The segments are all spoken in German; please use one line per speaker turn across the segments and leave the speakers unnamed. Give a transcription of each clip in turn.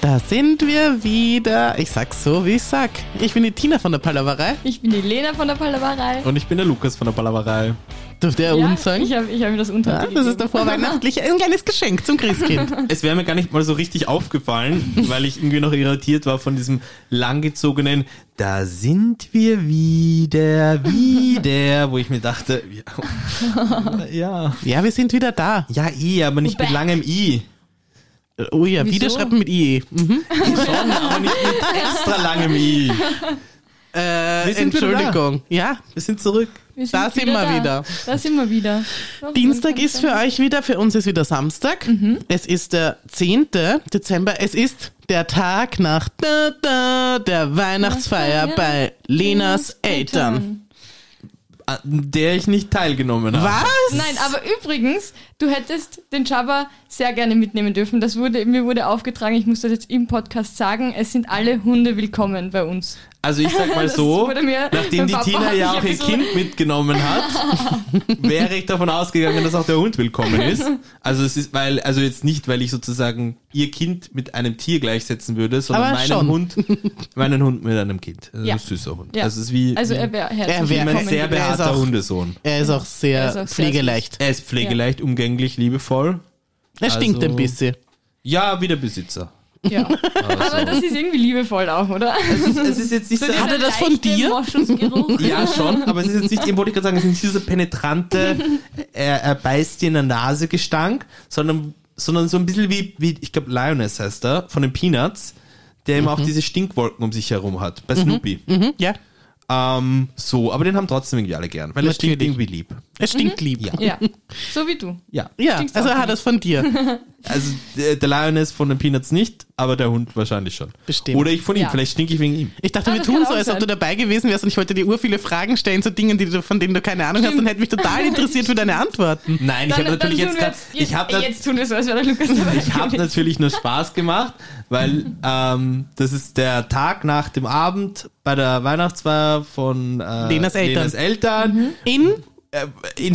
Da sind wir wieder. Ich sag's so, wie ich sag. Ich bin die Tina von der Palaverei.
Ich bin die Lena von der Palaverei.
Und ich bin der Lukas von der Palaverei.
Dürft ihr
Ja,
uns sagen?
Ich habe ich hab mir das
Ja,
Untertitel.
das ist der vorweihnachtliche, ein kleines Geschenk zum Christkind.
Es wäre mir gar nicht mal so richtig aufgefallen, weil ich irgendwie noch irritiert war von diesem langgezogenen Da sind wir wieder, wieder, wo ich mir dachte, ja, ja,
Ja, wir sind wieder da.
ja I, aber nicht mit
Back.
langem I.
Oh ja,
Wieso?
wieder schreibt man mit IE. Mhm.
Schon, aber nicht mit extra langem I.
Äh,
Wir sind wieder
Entschuldigung. Ja,
Wir sind zurück.
Wir sind
da sind wir wieder.
Da sind wir wieder. Doch,
Dienstag
dann
ist für euch wieder, für uns ist wieder Samstag.
Mhm.
Es ist der 10. Dezember. Es ist der Tag nach da, da, der Weihnachtsfeier
Weihnachtsfeier
bei Lenas Eltern.
An der ich nicht teilgenommen habe.
Was?
Nein, aber übrigens, du hättest den Jabba sehr gerne mitnehmen dürfen. Das wurde, mir wurde aufgetragen, ich muss das jetzt im Podcast sagen, es sind alle Hunde willkommen bei uns.
Also ich sag mal
Das
so,
wurde mir-
nachdem
mein
die
Papa
Tina
hat
ja
mich
auch
ein
ihr
bisschen-
Kind mitgenommen hat, wäre ich davon ausgegangen, dass auch der Hund willkommen ist. Also es ist, weil, also jetzt nicht, weil ich sozusagen ihr Kind mit einem Tier gleichsetzen würde, sondern
Aber
meinen
schon.
Hund, meinen Hund mit einem Kind. Also
Ja.
Ein süßer Hund.
Ja.
Also es ist wie,
Also
wie,
er wäre
Er wär-
herzlich
wie mein
willkommen.
sehr
Er ist
behaarter
auch-
Hundesohn.
Er ist auch
Er
sehr
ist auch sehr
pflegeleicht.
Er ist pflegeleicht, umgänglich, liebevoll.
Er stinkt
Also-
ein bisschen.
Ja, wie der Besitzer.
ja. Aber das ist irgendwie liebevoll auch, oder?
Es, es ist jetzt nicht so,
er das von dir?
Moschusgeruch.
Ja, schon, aber es ist jetzt nicht, eben wollte ich gerade sagen, es ist nicht dieser penetrante, er, er beißt dir in der Nase Gestank, sondern, sondern so ein bisschen wie, wie ich glaube, Lioness heißt er, von den Peanuts, der eben auch
Mhm.
diese Stinkwolken um sich herum hat, bei Snoopy.
Mhm, ja,
Ähm, so, aber den haben trotzdem irgendwie alle gern, weil er stinkt
Natürlich.
irgendwie lieb.
er stinkt lieb.
Ja.
Ja, so wie du.
Ja.
Ja,
Stinkt's
also
Mhm. auch
er hat es von dir.
Also der, der Lioness von den Peanuts nicht, aber der Hund wahrscheinlich schon.
Bestimmt.
Oder ich von ihm,
Ja.
vielleicht stink ich wegen ihm.
Ich dachte,
Ah,
wir
das
tun
kann
so,
auch
als ob
sein.
du dabei gewesen wärst und ich wollte dir ur viele Fragen stellen zu Dingen, die du, von denen du keine Ahnung hast und
Stimmt.
hätte mich total interessiert für deine Antworten.
Nein, ich habe
Mhm. Dann-
natürlich
dann
jetzt
tun wir
grad, ich habe
jetzt, jetzt tun wir so, als wäre der Lukas dabei.
Ich habe
gewesen.
natürlich nur Spaß gemacht, weil ähm, das ist der Tag nach dem Abend bei der Weihnachtsfeier von äh,
Lenas Eltern.
Lenas Eltern
In
äh, in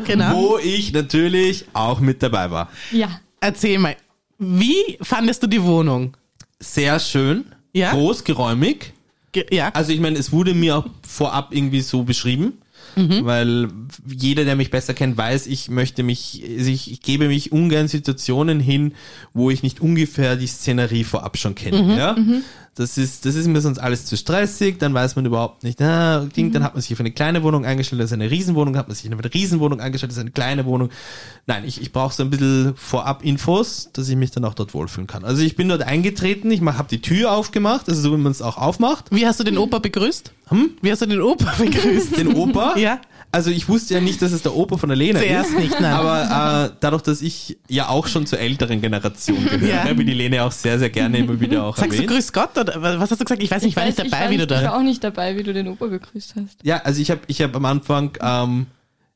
Oh, genau.
wo ich natürlich auch mit dabei war.
Ja.
Erzähl mal, wie fandest du die Wohnung?
Sehr schön,
Ja?
großgeräumig.
Ge ja,
Also ich meine, es wurde mir auch vorab irgendwie so beschrieben, weil jeder, der mich besser kennt, weiß, ich möchte mich, also ich, ich gebe mich ungern Situationen hin, wo ich nicht ungefähr die Szenerie vorab schon kenne. Ja? Das ist, das ist mir sonst alles zu stressig, dann weiß man überhaupt nicht, na, Ding, dann hat man sich auf eine kleine Wohnung eingestellt, das ist eine Riesenwohnung, hat man sich auf eine Riesenwohnung eingestellt, das ist eine kleine Wohnung. Nein, ich, ich brauche so ein bisschen vorab Infos, dass ich mich dann auch dort wohlfühlen kann. Also ich bin dort eingetreten, ich habe die Tür aufgemacht, also so wie man es auch aufmacht.
wie hast du den Opa begrüßt?
Hm?
Wie hast du den Opa begrüßt?
Den Opa?
Ja.
Also ich wusste ja nicht, dass es der Opa von der Lena
Zuerst
ist.
nicht, nein.
Aber äh, dadurch, dass ich ja auch schon zur älteren Generation gehöre,
Ja.
bin die Lena auch sehr, sehr gerne immer wieder auch
Sagst du
erwähnt.
Grüß Gott oder wa- was hast du gesagt? Ich weiß nicht, ich war nicht
ich
dabei, wie du
Ich war
da.
auch nicht dabei, wie du den Opa begrüßt hast.
Ja, also ich habe ich hab am Anfang, ähm,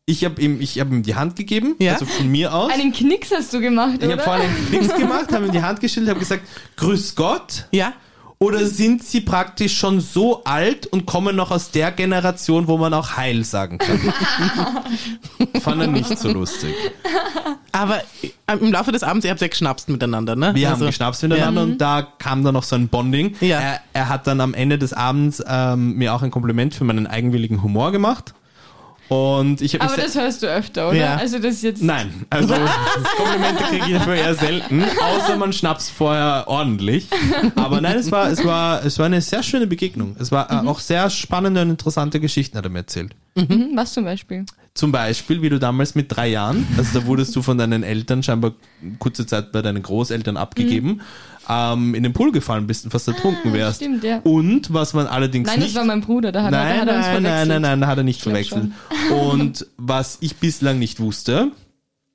ich habe ihm, ich hab ihm die Hand gegeben,
Ja.
also von mir aus.
Einen Knicks hast du gemacht,
ich
oder?
habe vorne nichts gemacht, habe ihm die Hand geschüttelt, habe gesagt, Grüß Gott.
Ja,
Oder sind sie praktisch schon so alt und kommen noch aus der Generation, wo man auch Heil sagen kann? Fand er nicht so lustig.
aber äh, im Laufe des Abends, ihr habt ja geschnapst miteinander, ne?
Wir
Also-
haben geschnapst miteinander und da kam dann noch so ein Bonding.
Ja.
Er, er hat dann am Ende des Abends ähm, mir auch ein Kompliment für meinen eigenwilligen Humor gemacht. Und ich habe
Aber
mich.
das hörst du öfter, oder?
Ja.
Also das ist jetzt.
Nein, also Komplimente kriege ich dafür eher selten, außer man schnappt vorher ordentlich. Aber nein, es war, es war, es war eine sehr schöne Begegnung. Es war äh, auch sehr spannende und interessante Geschichten, hat er mir erzählt.
Hm, Was zum Beispiel?
Zum Beispiel, wie du damals mit drei Jahren, also da wurdest du von deinen Eltern scheinbar kurze Zeit bei deinen Großeltern abgegeben, ähm, in den Pool gefallen bist und fast ertrunken wärst.
Ah, stimmt, ja.
Und was man allerdings
Nein,
nicht.
das war mein Bruder, da hat, er- da
nein,
hat er uns
nein, nein,
verwechselt.
nein, nein, da hat er nicht
Stimmt
verwechselt. Und was ich bislang nicht wusste,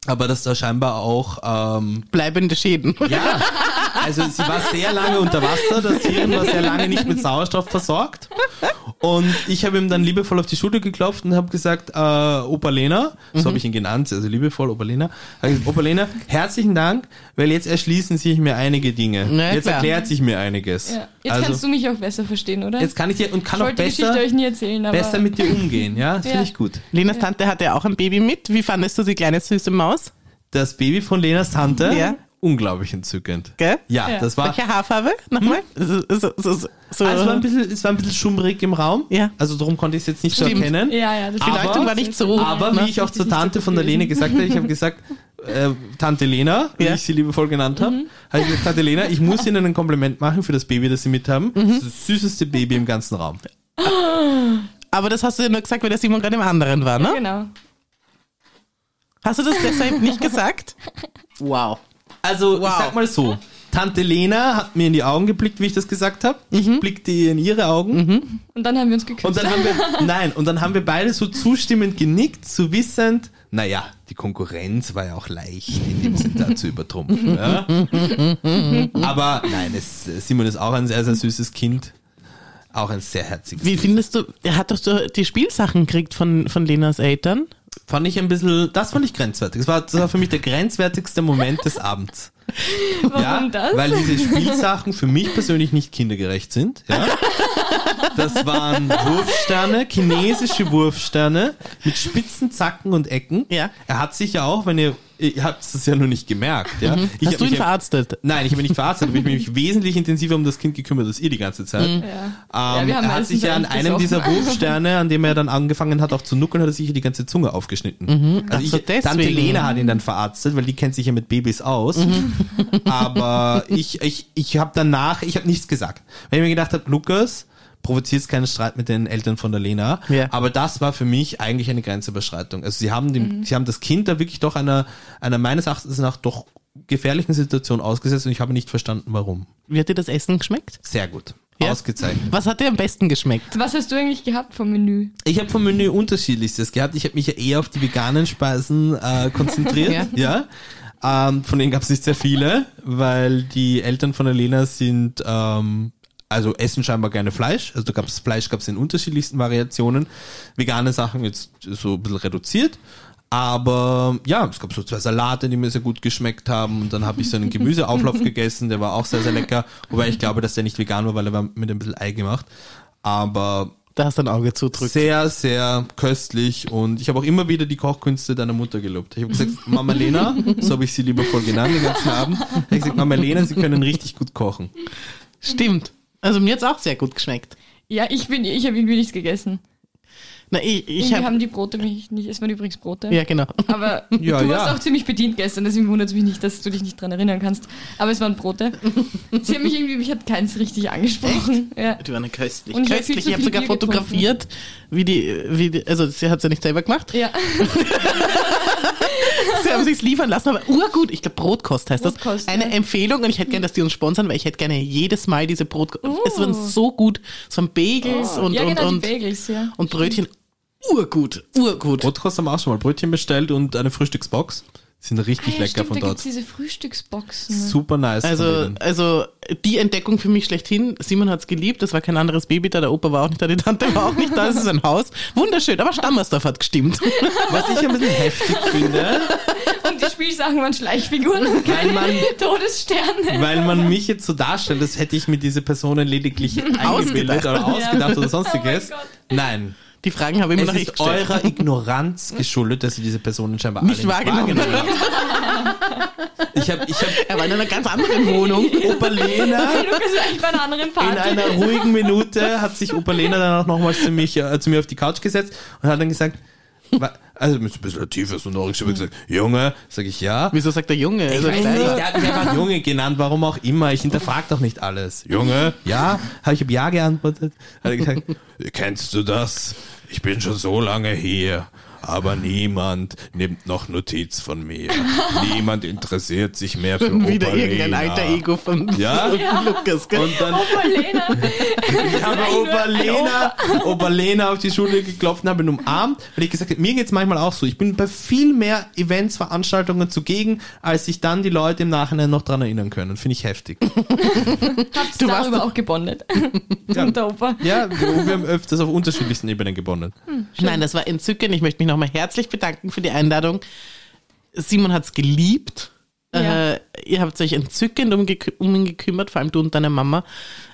aber dass da scheinbar auch ähm,
Bleibende Schäden.
ja, also sie war sehr lange unter Wasser, das Hirn war sehr lange nicht mit Sauerstoff versorgt. Und ich habe ihm dann liebevoll auf die Schulter geklopft und habe gesagt, äh, Opa Lena, so
Mhm.
habe ich ihn genannt, also liebevoll Opa Lena, habe gesagt, Opa Lena, herzlichen Dank, weil jetzt erschließen sich mir einige Dinge.
Na,
jetzt
klar.
erklärt sich mir einiges.
Ja. Jetzt
also,
kannst du mich auch besser verstehen, oder?
jetzt kann ich dir und kann
ich
auch
wollte die
besser,
Geschichte euch nie erzählen, aber.
besser mit dir umgehen, ja? Das
Ja.
finde ich gut.
Lenas Tante hatte ja auch ein Baby mit. Wie fandest du die kleine süße Maus?
Das Baby von Lenas Tante
Ja.
unglaublich entzückend.
Gell?
Ja,
Ja.
das war.
Welche Haarfarbe? Nochmal? So, so, so, so, so.
Ah, es,
Äh.
war ein bisschen, es war ein bisschen schummrig im Raum.
Ja.
Also darum konnte ich es jetzt nicht so
Stimmt.
erkennen.
Ja, ja,
die
das
Aber-
Leitung war nicht so.
Aber wie
ne?
ich auch
ist
zur
nicht so
Tante
gut
von der Lene
gewesen.
gesagt habe, ich habe gesagt, äh, Tante Lena, wie
Ja.
ich sie liebevoll genannt habe,
Mhm.
habe ich gesagt, Tante Lena, ich muss Ihnen ein Kompliment machen für das Baby, das Sie mit haben.
Mhm.
Das, ist das süßeste Baby im ganzen Raum.
Aber das hast du ja nur gesagt, weil der Simon gerade im anderen war, ne?
Genau.
Hast du das deshalb nicht gesagt? Wow.
Also
Wow.
ich sag mal so, Tante Lena hat mir in die Augen geblickt, wie ich das gesagt habe.
Mhm.
Ich blickte ihr in ihre Augen.
Und dann haben wir uns geküsst.
Und dann haben wir, nein, und dann haben wir beide so zustimmend genickt, so wissend, naja, die Konkurrenz war ja auch leicht, in dem Sinn da zu übertrumpfen. Ja? Aber nein, es, Simon ist auch ein sehr, sehr süßes Kind. Auch ein sehr herziges.
Wie
Kind.
findest du, er hat doch so die Spielsachen gekriegt von, von Lenas Eltern.
Fand ich ein bisschen, das fand ich grenzwertig. Das war, das war für mich der grenzwertigste Moment des Abends.
Warum
ja,
das?
Weil diese Spielsachen für mich persönlich nicht kindergerecht sind. Ja? Das waren Wurfsterne, chinesische Wurfsterne mit spitzen Zacken und Ecken.
Ja.
Er hat sich ja auch, wenn ihr, ihr habt es ja nur nicht gemerkt. Ja? Ich
Hast
hab
du ihn
mich ja-
verarztet?
Nein, ich habe mich nicht verarztet, aber ich habe mich wesentlich intensiver um das Kind gekümmert als ihr die ganze Zeit.
ja.
Ähm,
wir haben
er hat
meistens
sich ja an
eigentlich
einem dieser
gesoffen.
Wurfsterne, an dem er dann angefangen hat, auch zu nuckeln, hat er sich ja die ganze Zunge aufgeschnitten.
Ach so,
Also ich, Tante
deswegen.
Lena hat ihn dann verarztet, weil die kennt sich ja mit Babys aus. Aber ich, ich, ich habe danach, ich habe nichts gesagt. Weil ich mir gedacht habe, Lukas, provozierst keinen Streit mit den Eltern von der Lena.
Ja.
Aber das war für mich eigentlich eine Grenzüberschreitung. Also sie haben, dem, sie haben das Kind da wirklich doch einer, einer meines Erachtens nach doch gefährlichen Situation ausgesetzt und ich habe nicht verstanden, warum.
Wie hat dir das Essen geschmeckt?
Sehr gut.
Ja.
Ausgezeichnet.
Was hat dir am besten geschmeckt?
Was hast du eigentlich gehabt vom Menü?
Ich habe vom Menü unterschiedlichstes gehabt. Ich habe mich ja eher auf die veganen Speisen äh, konzentriert. ja. Ähm, von denen gab es nicht sehr viele, weil die Eltern von Elena sind, ähm, also essen scheinbar gerne Fleisch. Also da gab's Fleisch gab es in unterschiedlichsten Variationen. Vegane Sachen jetzt so ein bisschen reduziert. Aber ja, es gab so zwei Salate, die mir sehr gut geschmeckt haben. Und dann habe ich so einen Gemüseauflauf gegessen, der war auch sehr, sehr lecker. Wobei ich glaube, dass der nicht vegan war, weil er war mit ein bisschen Ei gemacht. Aber
Da hast du ein Auge zudrückt.
sehr, sehr köstlich und ich habe auch immer wieder die Kochkünste deiner Mutter gelobt. Ich habe gesagt, Mama Lena, so habe ich sie liebevoll genannt den ganzen Abend. Ich habe gesagt, Mama Lena, Sie können richtig gut kochen.
Stimmt. Also mir hat's auch sehr gut geschmeckt.
Ja, ich bin, ich habe irgendwie nichts gegessen.
Na, ich, ich
Irgendwie
habe.
haben die Brote mich nicht. Es waren übrigens Brote.
Ja, genau.
Aber
Ja,
du
ja.
warst auch ziemlich bedient gestern, deswegen wundert es mich nicht, dass du dich nicht dran erinnern kannst. Aber es waren Brote. Sie haben mich irgendwie, mich hat keins richtig angesprochen. Ja.
Die waren köstlich.
Und ich hab viel
köstlich.
zu
Ich habe
viel
sogar
Bier
fotografiert, wie die, wie die, also sie hat's ja nicht selber gemacht.
ja.
Sie haben sich's liefern lassen, aber urgut. Ich glaube, Brotkost heißt
Brotkost,
das. Eine
ja.
Empfehlung und ich hätte gerne, dass die uns sponsern, weil ich hätte gerne jedes Mal diese Brotkost.
Oh.
Es waren so gut. So ein Bagels und,
ja, genau,
und,
die
und,
Bagels, ja.
und Brötchen. Urgut, urgut.
Brotkost haben wir auch schon mal Brötchen bestellt und eine Frühstücksbox. Sind richtig
Ah, ja,
lecker
stimmt,
von
da gibt's
dort.
diese Frühstücksboxen.
Super nice. von
Also,
denen.
also die Entdeckung für mich schlechthin. Simon hat's geliebt, es war kein anderes Baby da, der Opa war auch nicht da, die Tante war auch nicht da, es ist ein Haus. Wunderschön, aber Stammersdorf hat gestimmt.
was ich ein bisschen heftig finde,
Und die Spielsachen waren Schleichfiguren und keine
man-
Todessterne.
weil man mich jetzt so darstellt, als hätte ich mir diese Personen lediglich eingebildet oder ausgedacht oder sonstiges.
Oh mein Gott.
Nein.
Die Fragen habe ich immer
Es
noch nicht
ist
gestellt.
eurer Ignoranz geschuldet, dass ihr diese Personen scheinbar
Nicht
alle nicht
wahrgenommen.
wahrgenommen habt. Ich habe ich hab
Er war in einer ganz anderen Wohnung.
Opa Lena
Hey, Lukas war eigentlich bei einer anderen
in
Party.
einer ruhigen Minute hat sich Opa Lena dann auch nochmals zu, mich, äh, zu mir auf die Couch gesetzt und hat dann gesagt, wa- also mit so ein bisschen tiefer sonorischer Stimme gesagt, Junge, sag ich ja.
Wieso sagt der Junge?
Ich
Also
weiß
kleiner.
nicht, der hat mich einfach Junge genannt, warum auch immer. Ich hinterfrag doch nicht alles. Junge, ja, habe ich auf ja geantwortet. Hat er gesagt, kennst du das? Ich bin schon so lange hier. Aber niemand nimmt noch Notiz von mir. Niemand interessiert sich mehr für
Wieder
Opa
irgendein
Lena.
alter Ego Oh, von
Ja?
von Lukas. Gell?
Und dann
Opa Lena.
ich habe Opa Lena, Opa Lena auf die Schule geklopft und habe ihn umarmt, weil ich gesagt habe, mir geht's manchmal auch so. Ich bin bei viel mehr Events, Veranstaltungen zugegen, als sich dann die Leute im Nachhinein noch dran erinnern können. Finde ich heftig.
Habt
Du
ihr
warst
darüber auch gebondet? Und der Opa.
Ja, wir wir haben öfters auf unterschiedlichsten Ebenen gebondet.
Nein, das war entzückend. Ich möchte mich nochmal herzlich bedanken für die Einladung. Simon hat's geliebt.
Ja.
Äh, ihr habt euch entzückend umgekü um ihn gekümmert, vor allem du und deine Mama.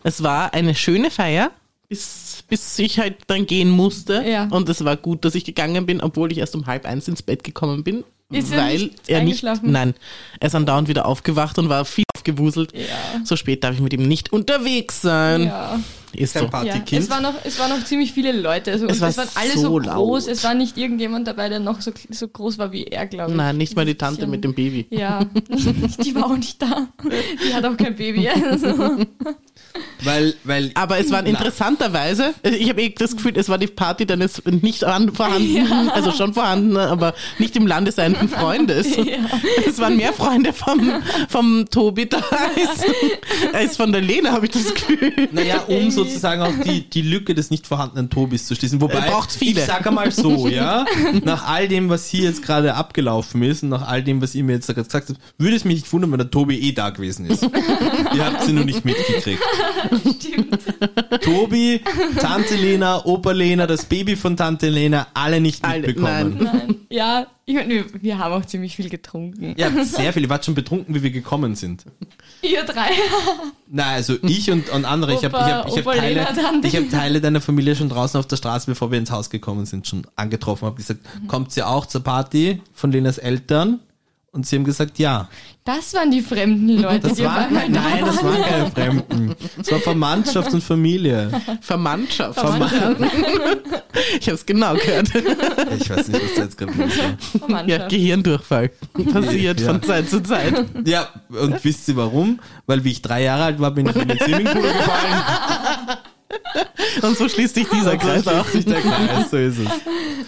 Es war eine schöne Feier, bis, bis ich halt dann gehen musste.
Ja.
Und es war gut, dass ich gegangen bin, obwohl ich erst um halb eins ins Bett gekommen bin,
Ist er
weil
nicht
er nicht.
eingeschlafen?
Nein, er ist andauernd wieder aufgewacht und war viel aufgewuselt.
Ja.
So spät darf ich mit ihm nicht unterwegs sein.
Ja.
Ist
Kein
so.
Party.
ja.
Kind.
Es, waren noch, es waren noch ziemlich viele Leute. Also,
Es
und
war
es waren alle so,
so
groß.
laut.
Es war nicht irgendjemand dabei, der noch so, so groß war wie er, glaube ich.
Nein, nicht mal die Tante
Bisschen-
mit dem Baby.
Ja, die war auch nicht da. Die hat auch kein Baby. Also.
Weil, weil
Aber es waren interessanterweise, ich habe eh das Gefühl, es war die Party deines nicht an, vorhandenen, also schon vorhandenen, aber nicht im Lande seienden Freundes.
Ja.
Es waren mehr Freunde vom, vom Tobi da als, als von der Lena, habe ich das Gefühl.
Naja, um sozusagen auch die, die Lücke des nicht vorhandenen Tobis zu schließen. Wobei,
Er braucht's viele.
ich sage mal so, ja, nach all dem, was hier jetzt gerade abgelaufen ist und nach all dem, was ihr mir jetzt gerade gesagt habt, würde es mich nicht wundern, wenn der Tobi eh da gewesen ist. ihr habt sie nur nicht mitgekriegt.
Stimmt.
Tobi, Tante Lena, Opa Lena, das Baby von Tante Lena, alle nicht
Alle,
mitbekommen.
Nein. Ja, ich meine, wir, wir haben auch ziemlich viel getrunken.
Ihr habt sehr viel, ihr wart schon betrunken, wie wir gekommen sind.
Ihr drei.
Na, also ich und, und andere, ich habe
Opa-
ich hab, ich hab
Opa
Teile,
Lena dann.
ich hab Teile deiner Familie schon draußen auf der Straße, bevor wir ins Haus gekommen sind, schon angetroffen, habe gesagt,
Mhm.
kommt ihr auch zur Party von Lenas Eltern? Und sie haben gesagt, ja.
Das waren die fremden Leute,
Das
die auf
waren
einmal
keine,
da
nein, das waren keine Fremden. Das war Verwandtschaft und Familie.
Vermannschaft.
Vermannschaft.
ich habe es genau gehört.
Ich weiß nicht, was da jetzt gerade los war.
waren.
Ja, Gehirndurchfall. Passiert
Ja.
von Zeit zu Zeit.
Ja, und wisst ihr warum? Weil wie ich drei Jahre alt war, bin ich in den Swimmingpool gefallen.
Und so schließt sich dieser Kreis
So
auch.
schließt sich der Kreis, so ist es.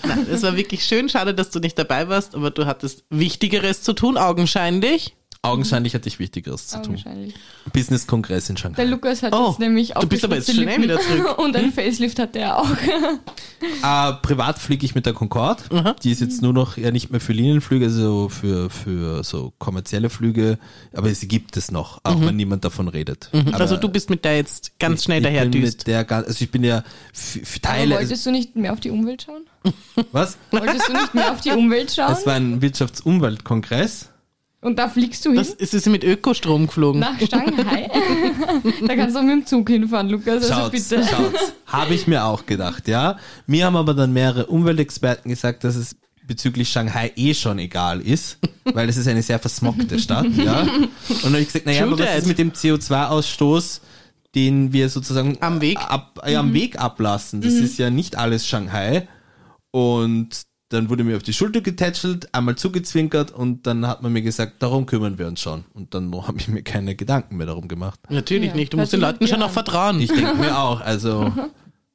Nein, es war wirklich schön. Schade, dass du nicht dabei warst, aber du hattest Wichtigeres zu tun, augenscheinlich.
Augenscheinlich hatte ich Wichtigeres zu tun.
Wahrscheinlich.
Business-Kongress in Shanghai.
Der Lukas hat
Oh,
jetzt nämlich
du bist aber jetzt
aufgeschlitzte
schnell wieder
Lippen.
zurück.
Und ein Facelift hat er auch.
Äh, privat fliege ich mit der Concorde.
Mhm.
Die ist jetzt nur noch ja nicht mehr für Linienflüge, also für, für so kommerzielle Flüge, aber sie gibt es noch, auch wenn niemand davon redet. Aber
Mhm. also du bist mit der jetzt ganz schnell daher
ich bin mit
düst.
der, gan- Also ich bin ja f- f- Teile.
Aber
Also,
wolltest du nicht mehr auf die Umwelt schauen?
was?
Wolltest du nicht mehr auf die Umwelt schauen?
Es war ein Wirtschaftsumweltkongress.
Und da fliegst du hin?
Das ist es ist mit Ökostrom geflogen.
nach Shanghai? da kannst du mit dem Zug hinfahren, Lukas. Also
Schaut's,
bitte.
schaut's. Habe ich mir auch gedacht, ja. Mir haben aber dann mehrere Umweltexperten gesagt, dass es bezüglich Shanghai eh schon egal ist, weil es ist eine sehr versmogte Stadt, ja. Und dann habe ich gesagt, naja,
True
aber was
that.
ist mit dem CO2-Ausstoß, den wir sozusagen
Am Weg? Mhm.
ab, ja, am Weg ablassen? Das ist ja nicht alles Shanghai. Und dann wurde mir auf die Schulter getätschelt, einmal zugezwinkert und dann hat man mir gesagt, darum kümmern wir uns schon. Und dann habe ich mir keine Gedanken mehr darum gemacht.
Natürlich
Ja,
nicht. Du
hört
musst den
sich
Leuten
mit
schon
dir
auch
an.
vertrauen.
Ich denke mir auch, also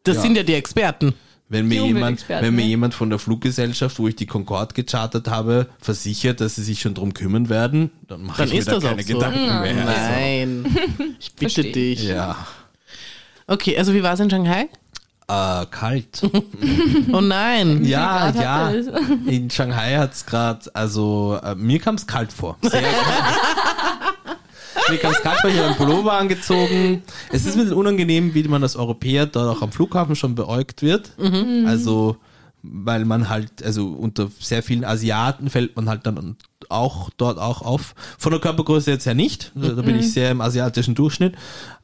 das
ja.
sind ja die Experten.
Wenn mir,
Die
jemand,
Umweltexperten,
wenn mir
ne?
jemand von der Fluggesellschaft, wo ich die Concorde gechartert habe, versichert, dass sie sich schon drum kümmern werden, dann mache
Dann
ich mir
ist
da
das auch
keine
so.
Gedanken
Hm,
mehr.
Nein. Ich bitte
Hm, Verstehe.
dich.
Ja.
Okay, also wie war es in Shanghai?
Äh, kalt.
Oh nein.
ja,
Grad hat
ja.
er das?
In Shanghai hat's grad, also äh, mir kam's kalt vor. Sehr kalt. mir kam's kalt vor, ich habe einen Pullover angezogen. Es ist ein bisschen unangenehm, wie man als Europäer dort auch am Flughafen schon beäugt wird.
Mhm.
Also, weil man halt, also unter sehr vielen Asiaten fällt man halt dann auch dort auch auf. Von der Körpergröße jetzt ja nicht. Da da bin
Mhm.
ich sehr im asiatischen Durchschnitt.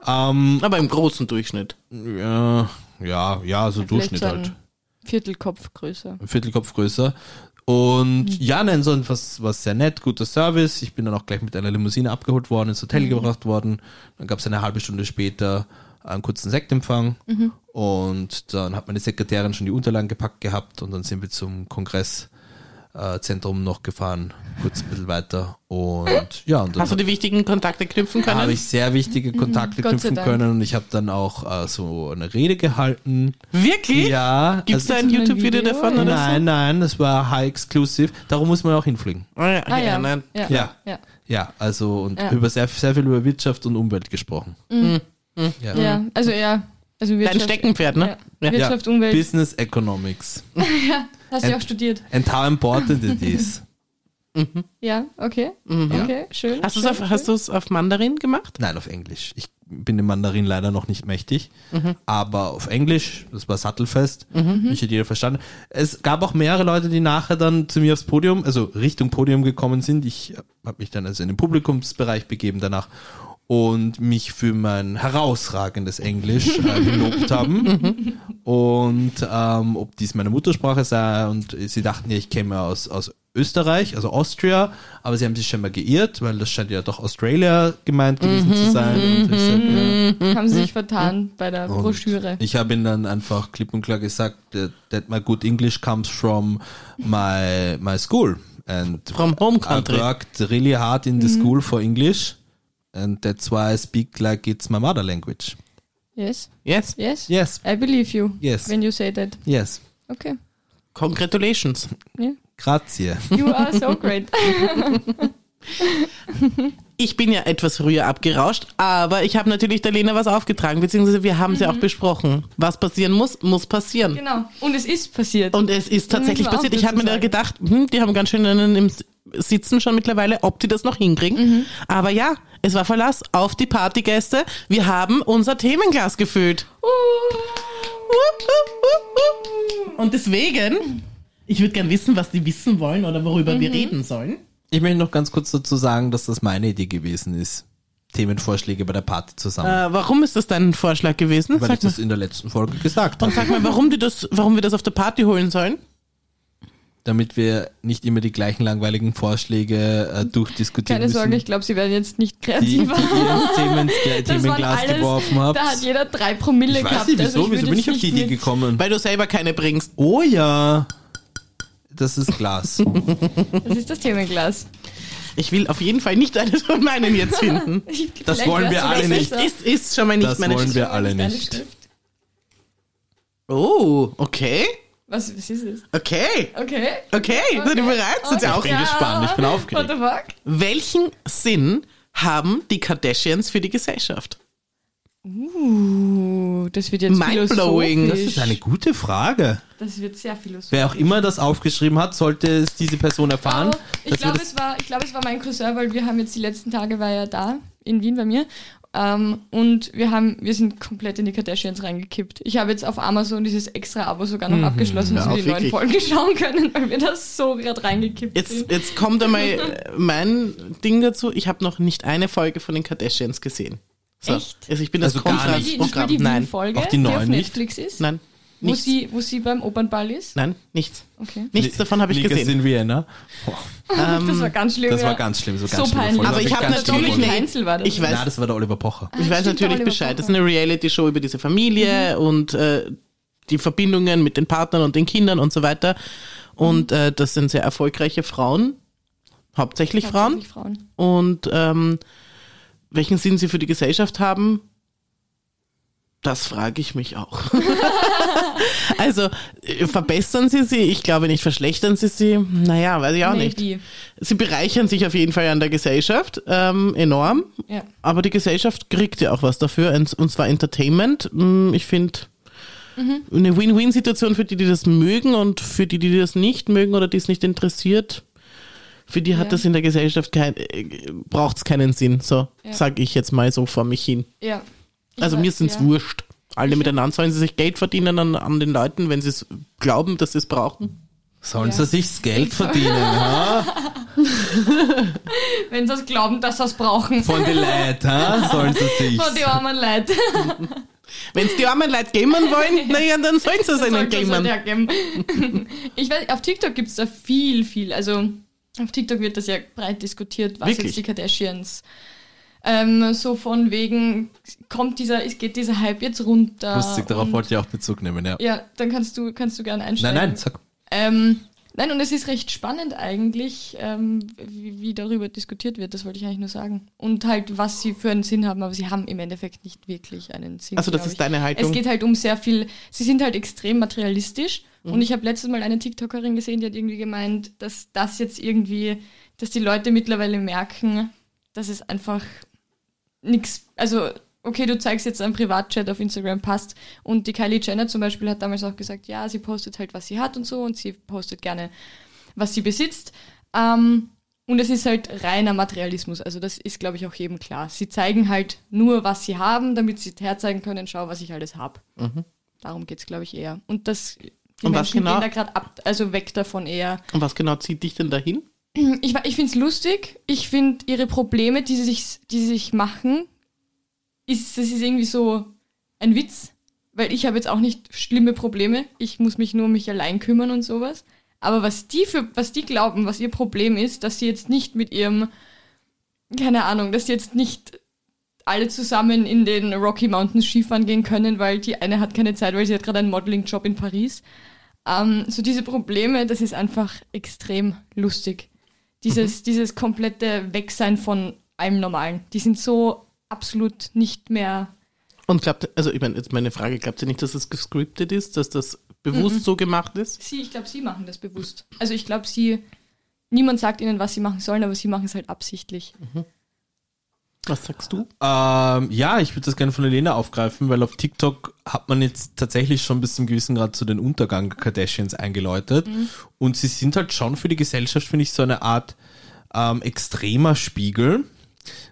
Ähm,
Aber im großen Durchschnitt.
ja, ja, ja, so Durchschnitt
Vielleicht so
halt.
ein Viertelkopf größer.
Ein Viertelkopf größer. Und
Mhm.
ja, nein, so ein- was was sehr nett, guter Service. Ich bin dann auch gleich mit einer Limousine abgeholt worden, ins
Mhm.
Hotel gebracht worden. Dann gab es eine halbe Stunde später einen kurzen Sektempfang.
Mhm.
Und dann hat meine Sekretärin schon die Unterlagen gepackt gehabt und dann sind wir zum Kongresszentrum noch gefahren, kurz ein bisschen weiter. Und ja, und dann
Hast du die wichtigen Kontakte knüpfen können? Mhm,
habe ich sehr wichtige Kontakte
Gott sei
knüpfen
Dank.
können und ich habe dann auch äh, so eine Rede gehalten.
Wirklich?
Ja,
Gibt es da
also-
ein
Ist das ein
YouTube-Video
Video?
davon oder
Nein, nein, das war high exclusive. Darum muss man auch hinfliegen.
so? Ah, ja,
Ah,
ja, nein.
Ja.
Ja.
ja.
Ja, also und
Ja. Mhm.
über sehr, sehr viel über Wirtschaft und Umwelt gesprochen. Ja.
Ja, also ja. Also
Dein
Wirtschaft,
Steckenpferd, ne?
Ja.
Ja.
Wirtschaft, Umwelt.
Business Economics
Hast du ja
Ent-
auch studiert?
and how important it is.
Ja, okay.
Mhm.
Okay, schön.
Hast du es
schön,
auf,
schön.
hast du's auf Mandarin gemacht?
Nein, auf Englisch. Ich bin dem Mandarin leider noch nicht mächtig, aber auf Englisch, das war sattelfest, mich hat jeder verstanden. Es gab auch mehrere Leute, die nachher dann zu mir aufs Podium, also Richtung Podium gekommen sind. Ich habe mich dann also in den Publikumsbereich begeben danach und mich für mein herausragendes Englisch äh, gelobt haben. und ähm, ob dies meine Muttersprache sei und sie dachten ja, ich käme aus, aus Österreich, also Austria, aber sie haben sich scheinbar geirrt, weil das scheint ja doch Australia gemeint gewesen zu sein. Und ich sag, ja.
Haben sie sich vertan bei der
Mhm. Und
Broschüre.
Ich habe ihm dann einfach klipp und klar gesagt, that, that my good English comes from my, my school. And
From home
I
country.
worked really hard in the school for English. And that's why I speak like it's my mother language.
Yes,
Yes.
yes.
Yes,
I believe you
Yes.
when you say that.
yes.
Okay.
Congratulations.
Yeah.
Grazie.
You are so great.
Ich bin ja etwas früher abgerauscht, aber ich habe natürlich der Lena was aufgetragen, beziehungsweise wir haben es ja auch besprochen. Was passieren muss, muss passieren.
Mhm. genau. Und es ist passiert.
Und es ist tatsächlich
Mhm, war auch
passiert. Ich habe mir da
sozusagen.
gedacht, hm, die haben ganz schön einen im S- Sitzen schon mittlerweile, ob die das noch
Mhm.
hinkriegen. Aber ja, es war Verlass auf die Partygäste. Wir haben unser Themenglas gefüllt.
Oh.
Und deswegen, ich würde gern wissen, was die wissen wollen oder worüber
Mhm.
wir reden sollen.
Ich möchte noch ganz kurz dazu sagen, dass das meine Idee gewesen ist. Themenvorschläge bei der Party
Äh,
zusammen.
warum ist das dein Vorschlag
Äh,
gewesen?
weil ich
Sag mal.
das in der letzten Folge gesagt
Und
habe.
sag mal, warum, die das, warum wir das auf der Party holen sollen.
Damit wir nicht immer die gleichen langweiligen Vorschläge äh, durchdiskutieren
Keine
müssen.
Sorge, ich glaube, sie werden jetzt nicht
die, die
kreativer.
ihr ins Themen,
Das waren
Themenglas
alles,
geworfen habt.
Da hat jeder drei Promille
ich weiß
gehabt.
nicht, wieso,
also
wieso
würde
bin ich auf
jetzt
die
nicht
Idee
mit-
gekommen?
Weil du selber keine bringst.
Oh ja, das ist Glas.
Das ist das Themenglas.
Ich will auf jeden Fall nicht eines von meinen jetzt finden.
Vielleicht
wollen
wärst
wir
du
alle
das
nicht.
besser.
Ist, ist schon mal nicht
Das
meine
wollen
Sch-
wir alle
Deine
nicht.
Stift.
Oh, okay.
Was, was ist es?
Okay.
Okay.
Okay, sind wir bereit? Sind wir auch- Ich bin
gespannt, ich bin aufgeregt.
What the fuck?
Welchen Sinn haben die Kardashians für die Gesellschaft?
Uh, das wird jetzt
Mindblowing.
philosophisch.
Das ist eine gute Frage.
Das wird sehr philosophisch.
Wer auch immer das aufgeschrieben hat, sollte es diese Person erfahren.
Aber Oh, Also, ich
dass wir
glaube,
das,
es, war- ich glaub, es war mein Cousin, weil wir haben jetzt die letzten Tage, war ja da in Wien bei mir. Ähm, und wir haben, wir sind komplett in die Kardashians reingekippt. Ich habe jetzt auf Amazon dieses extra Abo sogar noch abgeschlossen, dass
Mhm. Ja,
wir die neuen
wirklich.
Folgen schauen können, weil wir das so gerade reingekippt
Jetzt,
sind.
jetzt kommt einmal äh, mein Ding dazu. Ich habe noch nicht eine Folge von den Kardashians gesehen. So.
Echt?
Also ich bin das
Also gar nicht.
Die, nicht mal
Kontrastprogramm.
die
Nein,
Wien-Folge,
Auch die neuen
auf
nicht?
Netflix ist,
nein,
wo,
nichts.
sie, wo sie beim Opernball ist.
Nein, nichts.
Okay.
Nichts davon habe ich
Niggas
gesehen.
in Vienna. Boah,
das war ganz schlimm.
das war
ja.
ganz schlimm, so
So
ganz schlimm.
peinlich.
Aber ich habe
ganz schlimm
natürlich Ah,
gefunden.
eine.
Heinzel war das.
ich weiß,
Nein, das war der Oliver Pocher.
ich weiß
Ah, stimmt,
natürlich
Oliver
Bescheid.
Pocher. Mhm.
Das ist eine Reality-Show über diese Familie und äh, die Verbindungen mit den Partnern und den Kindern und so weiter. Und
Mhm.
äh, das sind sehr erfolgreiche Frauen, hauptsächlich Frauen.
Hauptsächlich Frauen.
Und ähm, welchen Sinn sie für die Gesellschaft haben, das frage ich mich auch. also äh, verbessern sie sie? Ich glaube nicht. Verschlechtern sie sie? Naja, weiß ich auch nicht.
Maybe.
Sie bereichern sich auf jeden Fall an der Gesellschaft ähm, enorm.
Ja.
Aber die Gesellschaft kriegt ja auch was dafür, und und zwar Entertainment. Mm, Ich finde
Mhm.
eine Win-Win-Situation für die, die das mögen und für die, die das nicht mögen oder die es nicht interessiert. Für die hat
Ja.
das in der Gesellschaft kein, braucht es keinen Sinn. So
Ja.
sag ich jetzt mal so vor mich hin.
ja. Ich
Also
weiß,
mir sind's
ja.
wurscht. Alle miteinander sollen sie sich Geld verdienen an, an den Leuten, wenn sie es glauben, dass sie es brauchen.
Sollen
Ja.
sie sich das Geld verdienen? ha?
Wenn sie das glauben, dass sie es brauchen.
Von den Leuten, ha? sollen sie sich.
Von die armen Leute.
Wenn es die armen Leute geben wollen, naja, dann sollen sie es ihnen
Sollte es halt
geben.
hergeben. ich weiß, auf TikTok gibt es da viel, viel. Also auf TikTok wird das ja breit diskutiert, was
Wirklich?
jetzt die Kardashians. Ähm, so von wegen, kommt dieser, es geht dieser Hype jetzt runter.
Lustig, darauf
und-
wollte ich auch Bezug nehmen, ja.
Ja, dann kannst du, kannst du gerne einsteigen.
Nein, nein, sag.
Ähm, nein, und es ist recht spannend eigentlich, ähm, wie, wie darüber diskutiert wird, das wollte ich eigentlich nur sagen. Und halt, was sie für einen Sinn haben, aber sie haben im Endeffekt nicht wirklich einen Sinn.
Also das
glaub
ist
ich.
deine Haltung?
Es geht halt um sehr viel, sie sind halt extrem materialistisch
Mhm.
und ich habe letztes Mal eine TikTokerin gesehen, die hat irgendwie gemeint, dass das jetzt irgendwie, dass die Leute mittlerweile merken, dass es einfach nichts, also okay, du zeigst jetzt einen Privatchat auf Instagram, passt. Und die Kylie Jenner zum Beispiel hat damals auch gesagt, ja, sie postet halt, was sie hat und so und sie postet gerne, was sie besitzt. Ähm, und es ist halt reiner Materialismus, also das ist, glaube ich, auch jedem klar. Sie zeigen halt nur, was sie haben, damit sie herzeigen können, schau, was ich alles habe. Darum geht es, glaube ich, eher. Und das... Die
Mhm. Und was
Menschen
genau-
gehen da gerade ab, also weg davon eher.
Und was genau zieht dich denn dahin?
Ich, wa- ich finde es lustig. Ich finde ihre Probleme, die sie sich, die sie sich machen, ist, das ist irgendwie so ein Witz, weil ich habe jetzt auch nicht schlimme Probleme. Ich muss mich nur um mich allein kümmern und sowas. Aber was die für, was die glauben, was ihr Problem ist, dass sie jetzt nicht mit ihrem, keine Ahnung, dass sie jetzt nicht alle zusammen in den Rocky Mountains Skifahren gehen können, weil die eine hat keine Zeit, weil sie hat gerade einen Modeling-Job in Paris. Ähm, so diese Probleme, das ist einfach extrem lustig.
Mhm.
Dieses, dieses komplette Wegsein von allem Normalen. Die sind so absolut nicht mehr
Und glaubt, also ich meine, jetzt meine Frage, glaubt ihr nicht, dass das gescriptet ist, dass das
Mhm.
bewusst so gemacht ist?
Sie, ich glaube, sie machen das bewusst. Also ich glaube, sie, niemand sagt ihnen, was sie machen sollen, aber sie machen es halt absichtlich.
Was sagst du?
Ähm, ja, ich würde das gerne von Elena aufgreifen, weil auf TikTok hat man jetzt tatsächlich schon bis zum gewissen Grad zu den Untergang der Kardashians eingeläutet. Und sie sind halt schon für die Gesellschaft, finde ich, so eine Art ähm, extremer Spiegel.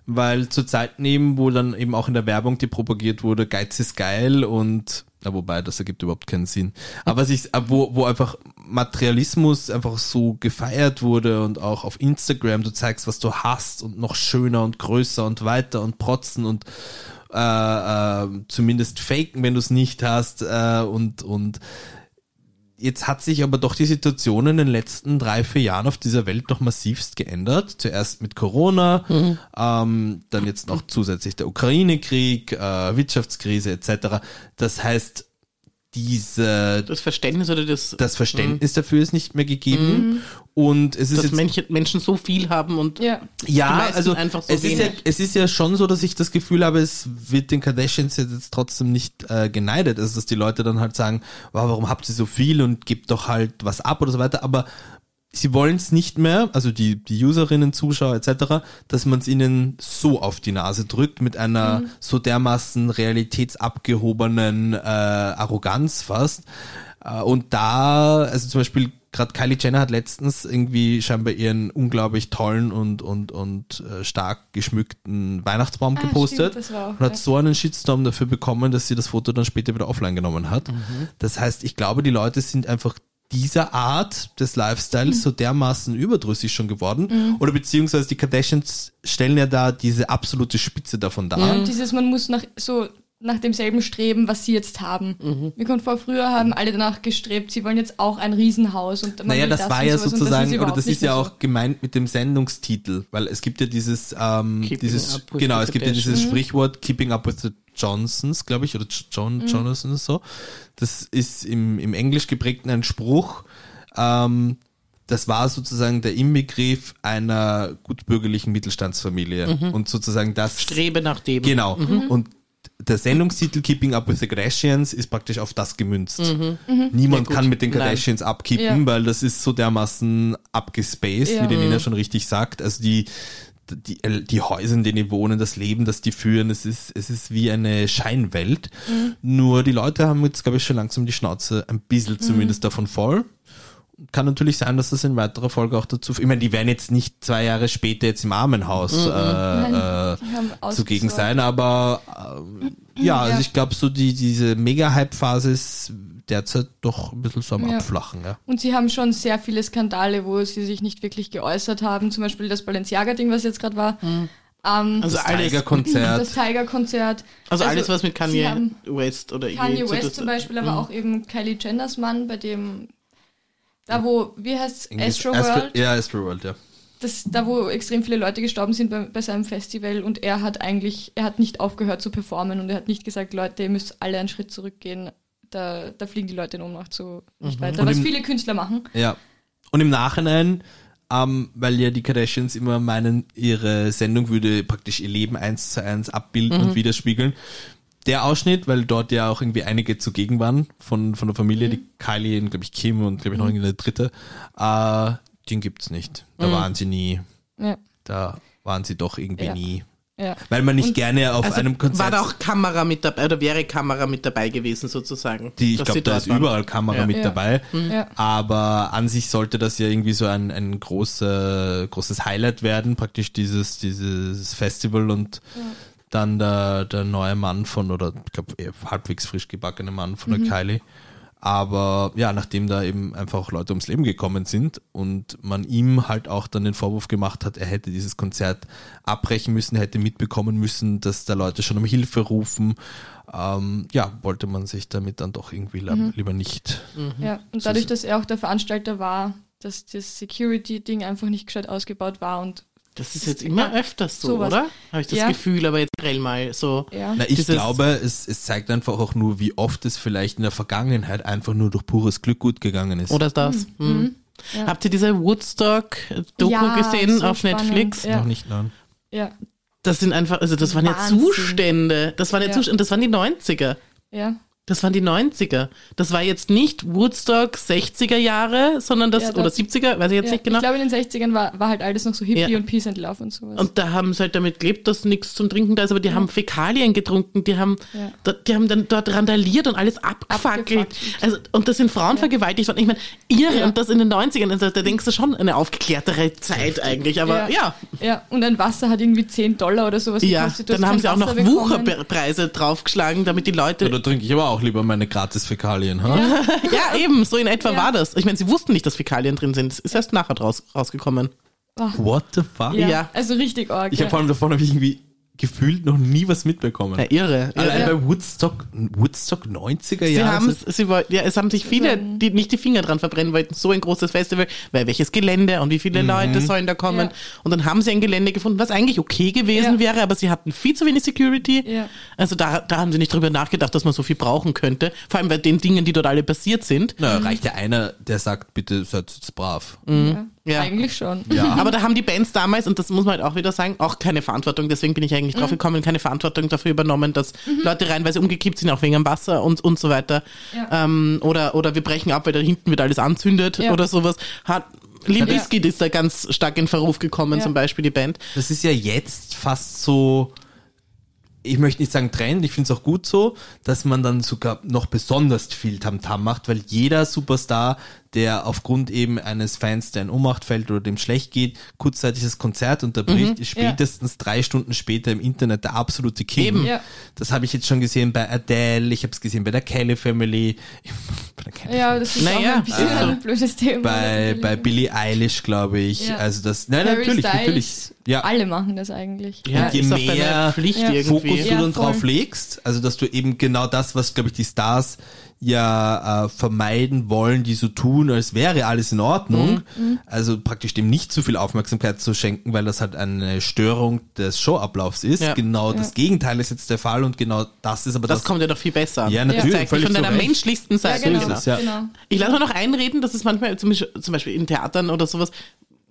Weil zu Zeiten eben, wo dann eben auch in der Werbung, die propagiert wurde, Geiz ist geil und na, wobei, das ergibt überhaupt keinen Sinn. Aber sich, wo, wo einfach Materialismus einfach so gefeiert wurde und auch auf Instagram, du zeigst, was du hast und noch schöner und größer und weiter und protzen und äh, äh, zumindest faken, wenn du es nicht hast äh, und, und Jetzt hat sich aber doch die Situation in den letzten drei, vier Jahren auf dieser Welt doch massivst geändert. Zuerst mit Corona, ähm, dann jetzt noch zusätzlich der Ukraine-Krieg, äh, Wirtschaftskrise etc. Das heißt, diese,
Das Verständnis oder das,
das Verständnis dafür ist nicht mehr gegeben und es ist
dass
jetzt
Menschen, Menschen so viel haben und
Ja.
Die
ja,
meisten
also
einfach so
es, ist ja,
wenig.
es ist ja schon so, dass ich das Gefühl habe, es wird den Kardashians jetzt trotzdem nicht äh, geneidet. Also, dass die Leute dann halt sagen, wow, warum habt ihr so viel und gebt doch halt was ab oder so weiter. Aber sie wollen es nicht mehr, also die, die Userinnen, Zuschauer etc., dass man es ihnen so auf die Nase drückt mit einer
Mhm.
so dermaßen realitätsabgehobenen äh, Arroganz fast. Äh, Und da, also zum Beispiel gerade Kylie Jenner hat letztens irgendwie scheinbar ihren unglaublich tollen und, und, und äh, stark geschmückten Weihnachtsbaum
Ah,
gepostet
stimmt, das war auch,
und hat
ja.
so einen Shitstorm dafür bekommen, dass sie das Foto dann später wieder offline genommen hat. Das heißt, ich glaube, die Leute sind einfach dieser Art des Lifestyles so dermaßen überdrüssig schon geworden. Oder beziehungsweise die Kardashians stellen ja da diese absolute Spitze davon dar.
Und dieses, man muss nach, so nach demselben streben, was sie jetzt haben.
Mhm.
Mir kommt vor, früher haben alle danach gestrebt, sie wollen jetzt auch ein Riesenhaus. Und man
Naja,
will
das, war
und
ja
sowas und
sozusagen, oder
überhaupt
das
nicht
ist ja
mehr
auch gemeint mit dem Sendungstitel, weil es gibt ja dieses, ähm,
Keeping
dieses,
up with
genau,
the
es gibt ja dieses
Mhm.
Sprichwort Keeping Up with the Johnsons, glaube ich, oder J- John
Mhm.
Johnson oder so. Das ist im, im Englisch geprägten ein Spruch. Ähm, das war sozusagen der Inbegriff einer gutbürgerlichen Mittelstandsfamilie
Mhm.
und sozusagen das
Strebe nach dem.
Genau. Und der Sendungstitel Keeping Up with the Kardashians ist praktisch auf das gemünzt. Niemand
Ja, gut.
kann mit den
Nein.
Kardashians abkippen,
Ja.
weil das ist so dermaßen abgespaced,
Ja.
wie die Nina schon richtig sagt. Also die, die, die Häuser, in denen die wohnen, das Leben, das die führen, es ist, es ist wie eine Scheinwelt. Nur die Leute haben jetzt, glaube ich, schon langsam die Schnauze ein bisschen zumindest davon voll kann natürlich sein, dass das in weiterer Folge auch dazu. Ich meine, die werden jetzt nicht zwei Jahre später jetzt im Armenhaus
Nein, die haben
äh, äh, zugegen
ausgesorgt.
sein, aber äh, ja, also
Ja.
ich glaube, so die, diese Mega-Hype-Phase ist derzeit doch ein bisschen so am
Ja.
Abflachen. Ja.
Und sie haben schon sehr viele Skandale, wo sie sich nicht wirklich geäußert haben. Zum Beispiel das Balenciaga-Ding, was jetzt gerade war. Ähm,
Also
Das
alles,
Tiger-Konzert.
das Tiger-Konzert.
also alles, was mit
sie
Kanye
haben-
West oder ihr
Kanye
zu-
West zum Beispiel,
hm.
aber auch eben Kylie Jenners Mann, bei dem, da wo, wie heißt es, Astro World,
Ja, Astro World, ja.
das, da wo extrem viele Leute gestorben sind bei, bei seinem Festival und er hat eigentlich, er hat nicht aufgehört zu performen und er hat nicht gesagt, Leute, ihr müsst alle einen Schritt zurückgehen, da, da fliegen die Leute in Ohnmacht so nicht
Mhm.
weiter,
Und
was
im-
viele Künstler machen.
Ja. Und im Nachhinein, ähm, weil ja die Kardashians immer meinen, ihre Sendung würde praktisch ihr Leben eins zu eins abbilden
Mhm.
und widerspiegeln. Der Ausschnitt, weil dort ja auch irgendwie einige zugegen waren von, von der Familie,
Mhm.
die Kylie und glaube ich Kim und glaube ich noch irgendeine dritte, äh, den gibt's nicht.
Mhm.
Da waren sie nie.
Ja,
Da waren sie doch irgendwie
Ja.
nie.
ja.
Weil man nicht gerne auf
Also
einem
war
Konzert.
da auch Kamera mit dabei oder wäre Kamera mit dabei gewesen sozusagen?
die, ich
dass
glaube,
sie
da
dort
ist
waren?
überall Kamera
Ja.
mit
Ja.
dabei.
Ja.
Aber an sich sollte das ja irgendwie so ein, ein großer, großes Highlight werden, praktisch dieses, dieses Festival und dann der, der neue Mann von, oder ich glaube, halbwegs frisch gebackene Mann von der Kylie. Aber ja, nachdem da eben einfach auch Leute ums Leben gekommen sind und man ihm halt auch dann den Vorwurf gemacht hat, er hätte dieses Konzert abbrechen müssen, hätte mitbekommen müssen, dass da Leute schon um Hilfe rufen, ähm, ja, wollte man sich damit dann doch irgendwie la- lieber nicht.
Mhm.
Ja, und dadurch, dass er auch der Veranstalter war, dass das Security-Ding einfach nicht gescheit ausgebaut war und
Das ist jetzt immer öfters so,
Sowas.
oder? Habe ich das
Ja.
Gefühl, aber jetzt generell mal so.
ja.
Na, ich
Dieses-
glaube, es, es zeigt einfach auch nur, wie oft es vielleicht in der Vergangenheit einfach nur durch pures Glück gut gegangen ist.
Oder das. Mhm.
Ja.
Habt ihr diese Woodstock-Doku
Ja,
gesehen
so
auf
spannend,
Netflix?
ja.
Noch nicht, nein.
ja,
Das sind einfach, also das waren
Wahnsinn.
ja Zustände. Das waren ja,
Ja.
Zustände, das waren die 90er.
ja.
Das waren die 90er. Das war jetzt nicht Woodstock 60er Jahre, sondern das,
Ja, das-
oder 70er, weiß ich jetzt
ja.
nicht genau.
Ich glaube, in den 60ern war, war halt alles noch so Hippie
Ja.
und Peace and Love und sowas.
Und da haben sie halt damit gelebt, dass nichts zum Trinken da ist, aber die haben Fäkalien getrunken, die haben,
Ja.
da, die haben dann dort randaliert und alles abgefackelt.
Abgefackelt.
Also, und das sind Frauen vergewaltigt worden. Ich meine, irre,
Ja.
und das in den 90ern, also, da denkst du schon eine aufgeklärtere Zeit eigentlich, aber ja.
Ja, und ein Wasser hat irgendwie 10 Dollar oder sowas
Ja,
gekostet. Du hast
dann haben
kein
sie auch noch
Wasser bekommen.
Wucherpreise draufgeschlagen, damit die Leute.
Ja, da trinke ich aber auch lieber meine gratis Fäkalien. Ha?
Ja, eben, so in etwa
Ja.
war das. Ich meine, sie wussten nicht, dass Fäkalien drin sind. Es ist erst nachher draus, rausgekommen.
Ach,
What the fuck?
ja.
Ja.
also richtig arg.
Ich habe vor allem davon habe ich irgendwie gefühlt noch nie was mitbekommen.
Ja, irre. irre.
Allein
Ja.
bei Woodstock, Woodstock 90er
Sie
Jahre.
haben's, sie wollten, ja, es haben sich viele, die nicht die Finger dran verbrennen wollten, so ein großes Festival, weil welches Gelände und wie viele Leute sollen da kommen.
Ja.
Und dann haben sie ein Gelände gefunden, was eigentlich okay gewesen
Ja.
wäre, aber sie hatten viel zu wenig Security.
Ja.
Also da, da haben sie nicht drüber nachgedacht, dass man so viel brauchen könnte. Vor allem bei den Dingen, die dort alle passiert sind.
Na, reicht ja einer, der sagt, bitte seid jetzt brav.
ja.
Ja.
Eigentlich schon.
Aber da haben die Bands damals, und das muss man halt auch wieder sagen, auch keine Verantwortung, deswegen bin ich eigentlich
Mhm.
drauf gekommen, keine Verantwortung dafür übernommen, dass Leute reinweise umgekippt sind, auch wegen am Wasser und, und so weiter.
Ja.
Ähm, oder, oder wir brechen ab, weil da hinten wird alles anzündet
Ja.
oder sowas. Hat, Limp
Ja.
Bizkit ist da ganz stark in Verruf gekommen,
Ja.
zum Beispiel die Band.
Das ist ja jetzt fast so, ich möchte nicht sagen Trend, ich finde es auch gut so, dass man dann sogar noch besonders viel Tamtam macht, weil jeder Superstar, der aufgrund eben eines Fans, der in Ohnmacht fällt oder dem schlecht geht, kurzzeitig das Konzert
Mhm.
unterbricht, ist spätestens drei Stunden später im Internet der absolute King.
Eben.
Ja.
Das habe ich jetzt schon gesehen bei Adele, ich habe es gesehen bei der Kelly Family, bei der Kelly
Ja, das ist
Naja,
auch ein bisschen
äh,
ein blödes Thema.
bei,
natürlich.
bei Billie Eilish, glaube ich.
Ja.
Also das, nein,
Harry
natürlich,
Styles,
natürlich. Ja,
Alle machen das eigentlich.
Ja,
je
ist auch deine
mehr
Pflicht
Ja.
irgendwie.
Fokus
Ja,
du dann
voll.
drauf legst, also dass du eben genau das, was glaube ich die Stars ja äh, vermeiden wollen, die so tun, als wäre alles in Ordnung, also praktisch dem nicht zu viel Aufmerksamkeit zu schenken, weil das halt eine Störung des Showablaufs ist.
Ja.
Genau das Gegenteil ist jetzt der Fall und genau das ist aber das,
Das kommt ja doch viel besser. an.
Ja,
das
natürlich,
zeigt dich
völlig
von deiner
zu Recht.
menschlichsten
Ja,
Seite.
genau.
so ist es, ja.
genau.
Ich lasse mir noch einreden, dass es manchmal zum Beispiel, zum Beispiel in Theatern oder sowas,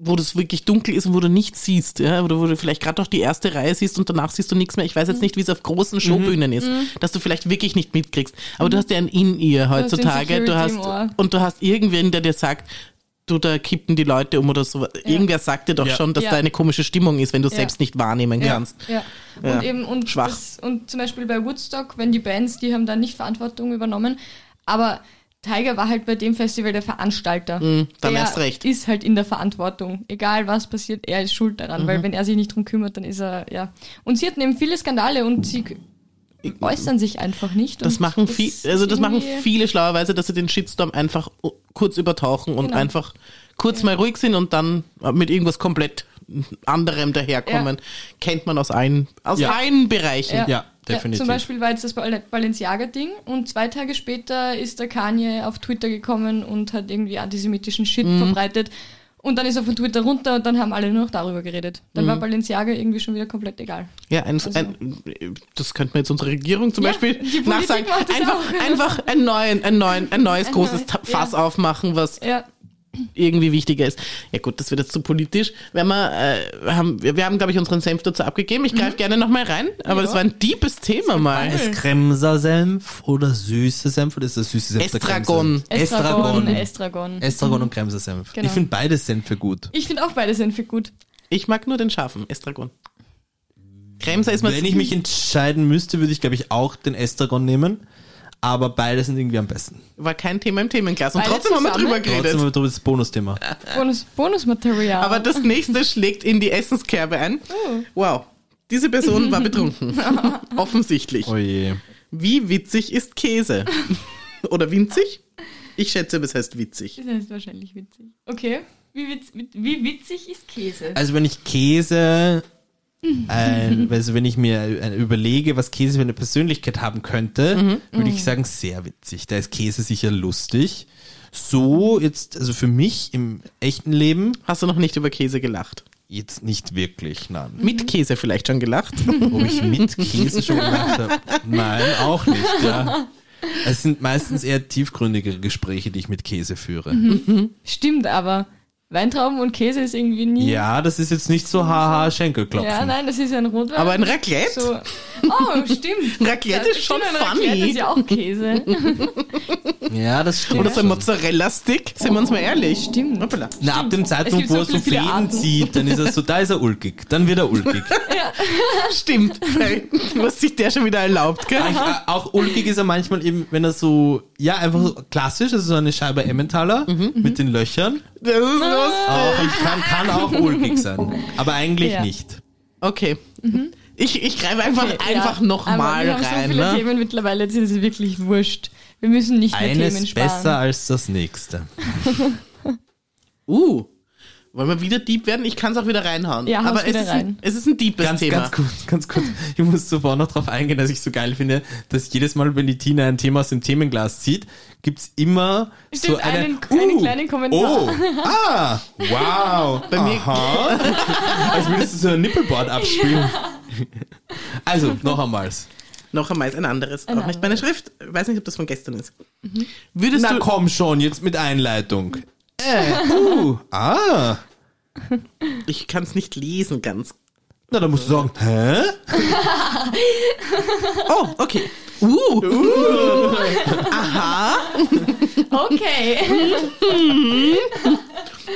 wo das wirklich dunkel ist und wo du nichts siehst, ja, oder wo du vielleicht gerade noch die erste Reihe siehst und danach siehst du nichts mehr. Ich weiß jetzt
Mhm.
nicht, wie es auf großen Showbühnen ist, dass du vielleicht wirklich nicht mitkriegst. Aber du hast ja ein In-Ear
Mhm. hast den
heutzutage. Du hast,
Security im Ohr.
und du hast irgendwen, der dir sagt, du, da kippen die Leute um oder so. Irgendwer sagt dir doch
Ja.
schon, dass
Ja.
da eine komische Stimmung ist, wenn du
Ja.
selbst nicht wahrnehmen kannst.
Ja. Und
Ja.
eben und
Schwach.
Das, und zum Beispiel bei Woodstock, wenn die Bands, die haben dann nicht Verantwortung übernommen, aber Tiger war halt bei dem Festival der Veranstalter.
Mhm, dann
der
erst recht.
ist halt in der Verantwortung. Egal was passiert, er ist schuld daran, weil wenn er sich nicht drum kümmert, dann ist er, ja. Und sie hatten eben viele Skandale und sie k- äußern sich einfach nicht.
Das
und
machen viel, also das machen
irgendwie-
viele schlauerweise, dass sie den Shitstorm einfach u- kurz übertauchen und
Genau.
einfach kurz mal ruhig sind und dann mit irgendwas komplett anderem daherkommen. Kennt man aus allen, aus
Ja.
allen Bereichen.
Ja.
Ja, definitiv.
zum Beispiel war jetzt das Bal- Balenciaga-Ding und zwei Tage später ist der Kanye auf Twitter gekommen und hat irgendwie antisemitischen Shit verbreitet. Und dann ist er von Twitter runter und dann haben alle nur noch darüber geredet. Dann war Balenciaga irgendwie schon wieder komplett egal.
Ja, ein, ein, das könnte man jetzt unserer Regierung zum
Also Ja,
Beispiel
die Politik
nachsagen.
macht das
Einfach,
auch.
einfach einen neuen, einen neuen, ein neues
Ein
großes
neu-
Ta-
ja.
Fass aufmachen, was
Ja,
irgendwie wichtiger ist. Ja gut, das wird jetzt zu politisch. Wenn wir, äh, haben, wir, wir haben, glaube ich, unseren Senf dazu abgegeben. Ich greife gerne nochmal rein, aber
Mhm. Ja.
das war ein deepes Thema mal.
spannend.
Kremser Senf oder süßer Senf oder ist das süße Senf? der
Estragon.
Kremser?
Estragon,
Estragon.
Estragon.
Estragon und Kremser Senf.
Genau.
Ich finde beide Senfe gut.
ich finde auch beide sind für gut.
Ich mag nur den scharfen Estragon. Kremser ist mal
Wenn ich mich entscheiden müsste, würde ich, glaube ich, auch den Estragon nehmen. Aber beide sind irgendwie am besten.
war kein Thema im Themenglas. Und
Beide
trotzdem haben wir
zusammen?
drüber
Trotzdem haben
geredet.
wir drüber das Bonusthema.
Bonus, Bonusmaterial.
Aber das nächste schlägt in die Essenskerbe ein.
Oh.
Wow. Diese Person war betrunken. Offensichtlich.
Oje.
Wie witzig ist Käse? Oder winzig? Ich schätze, es heißt witzig.
Das ist wahrscheinlich witzig. Okay. Wie, witz, mit- wie witzig ist Käse?
Also wenn ich Käse, ein, also wenn ich mir äh, überlege, was Käse für eine Persönlichkeit haben könnte, würde ich sagen, sehr witzig. Da ist Käse sicher lustig. So jetzt, also für mich im echten Leben
Hast du noch nicht über Käse gelacht?
jetzt nicht wirklich, nein.
Mhm.
Mit Käse vielleicht schon gelacht?
Ob ich mit Käse schon gemacht habe? Nein, auch nicht, ja. Es sind meistens eher tiefgründigere Gespräche, die ich mit Käse führe.
Mhm. Stimmt aber. Weintrauben und Käse ist irgendwie nie.
Ja, das ist jetzt nicht so haha Schenkelklopfen.
Ja, nein, das ist ein Rotwein.
Aber ein Raclette?
So. Oh, stimmt.
Raclette ist schon
stimmt, ein Raclette
funny.
ist ja auch Käse.
Ja, das stimmt.
Oder so ein
schon.
Mozzarella-Stick? Sind wir uns mal ehrlich?
Stimmt.
Hoppala.
Na, ab dem Zeitpunkt,
Es gibt
wo
so
er so
viele, viele
Fäden
Arten.
zieht, dann ist er so, da ist er ulkig, dann wird er ulkig.
Ah, Stimmt. Weil, was sich der schon wieder erlaubt, gell?
Eigentlich, äh, auch ulkig ist er manchmal eben, wenn er so, ja, einfach so klassisch, also so eine Scheibe Emmentaler
Mhm,
mit den Löchern.
Das ist
Ah.
lustig.
Auch, und kann, kann auch ulkig sein, aber eigentlich
Ja.
nicht.
Okay. Ich, ich greife einfach, einfach
Ja,
nochmal
aber wir haben so
rein.
viele
ne?
Themen mittlerweile, jetzt ist es wirklich wurscht. Wir müssen nicht mehr Themen
Eines
sparen.
besser als das nächste.
Uh. Wollen wir wieder Dieb werden? Ich kann es auch wieder reinhauen.
Ja, hau's
Aber es
wieder
ist, Ein,
rein.
es ist ein deepes
Ganz,
Thema.
ganz kurz, ganz kurz. Ich muss zuvor noch drauf eingehen, dass ich so geil finde, dass jedes Mal, wenn die Tina ein Thema aus dem Themenglas zieht, gibt's immer
Stimmt,
so eine,
einen- einen kleinen Kommentar.
Oh, ah, wow. Bei
mir-
Aha. Als würdest du so ein Nippelboard abspielen. Also, noch einmal.
Noch einmal ist ein anderes.
Ein
auch nicht meine Schrift. Ich weiß nicht, ob das von gestern ist. Würdest
Na
du.
komm schon, jetzt mit Einleitung. Äh, uh, ah.
Ich kann es nicht lesen ganz.
Na, da musst du sagen, hä?
Oh, okay. Uh. Aha.
Okay.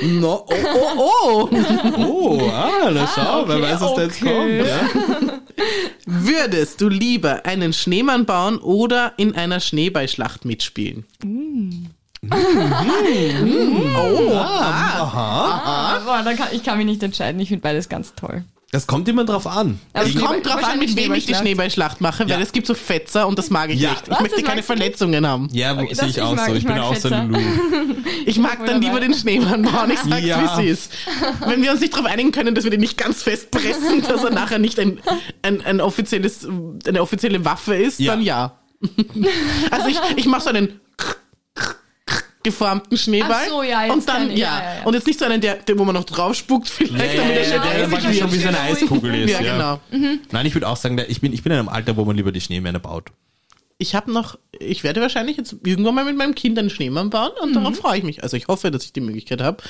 No. Oh, oh, oh.
Oh, ah, na schau, wer
okay,
weiß, was da jetzt
okay.
kommt. Ja?
Würdest du lieber einen Schneemann bauen oder in einer Schneeballschlacht mitspielen?
Mm.
Mm. Oh.
Ah, boah, da kann, ich kann mich nicht entscheiden. Ich finde beides ganz toll.
Das kommt immer drauf an.
Aber
Ich-
Schneeball-
Kommt drauf an, mit
wahrscheinlich
wem ich die
Schneeballschlacht.
Schneeballschlacht mache,
Ja.
weil es gibt so Fetzer und das mag ich
Ja.
nicht. Ich
Was,
möchte
das
keine
magst du nicht?
Verletzungen haben.
Ja, wo-
Okay,
sehe
das-
ich
ich
auch
mag-
so. Ich,
ich
bin
mag
auch so ein Lou.
Ich mag dann
voll
lieber
dabei.
den Schneemann bauen. Ich sag's,
Ja.
wie es ist. Wenn wir uns nicht darauf einigen können, dass wir den nicht ganz festpressen, dass er nachher nicht ein, ein, ein offizielles, eine offizielle Waffe ist,
Ja.
dann ja. Also ich, ich mache so einen geformten Schneeball.
Ach so, ja, jetzt
und dann
kann ich-
ja.
ja, ja, ja.
Und jetzt nicht so einen, der, der wo man noch drauf spuckt, vielleicht, damit er
ja, ja,
schnell
man
eisig
kann
wird.
schon
wie so eine Eiskugel ist.
Ja, genau.
Nein, ich würde auch sagen, da- ich bin, ich bin in einem Alter, wo man lieber die Schneemänner baut.
Ich habe noch, ich werde wahrscheinlich jetzt irgendwann mal mit meinem Kind einen Schneemann bauen und
Mhm.
darauf freue ich mich. Also ich hoffe, dass ich die Möglichkeit habe,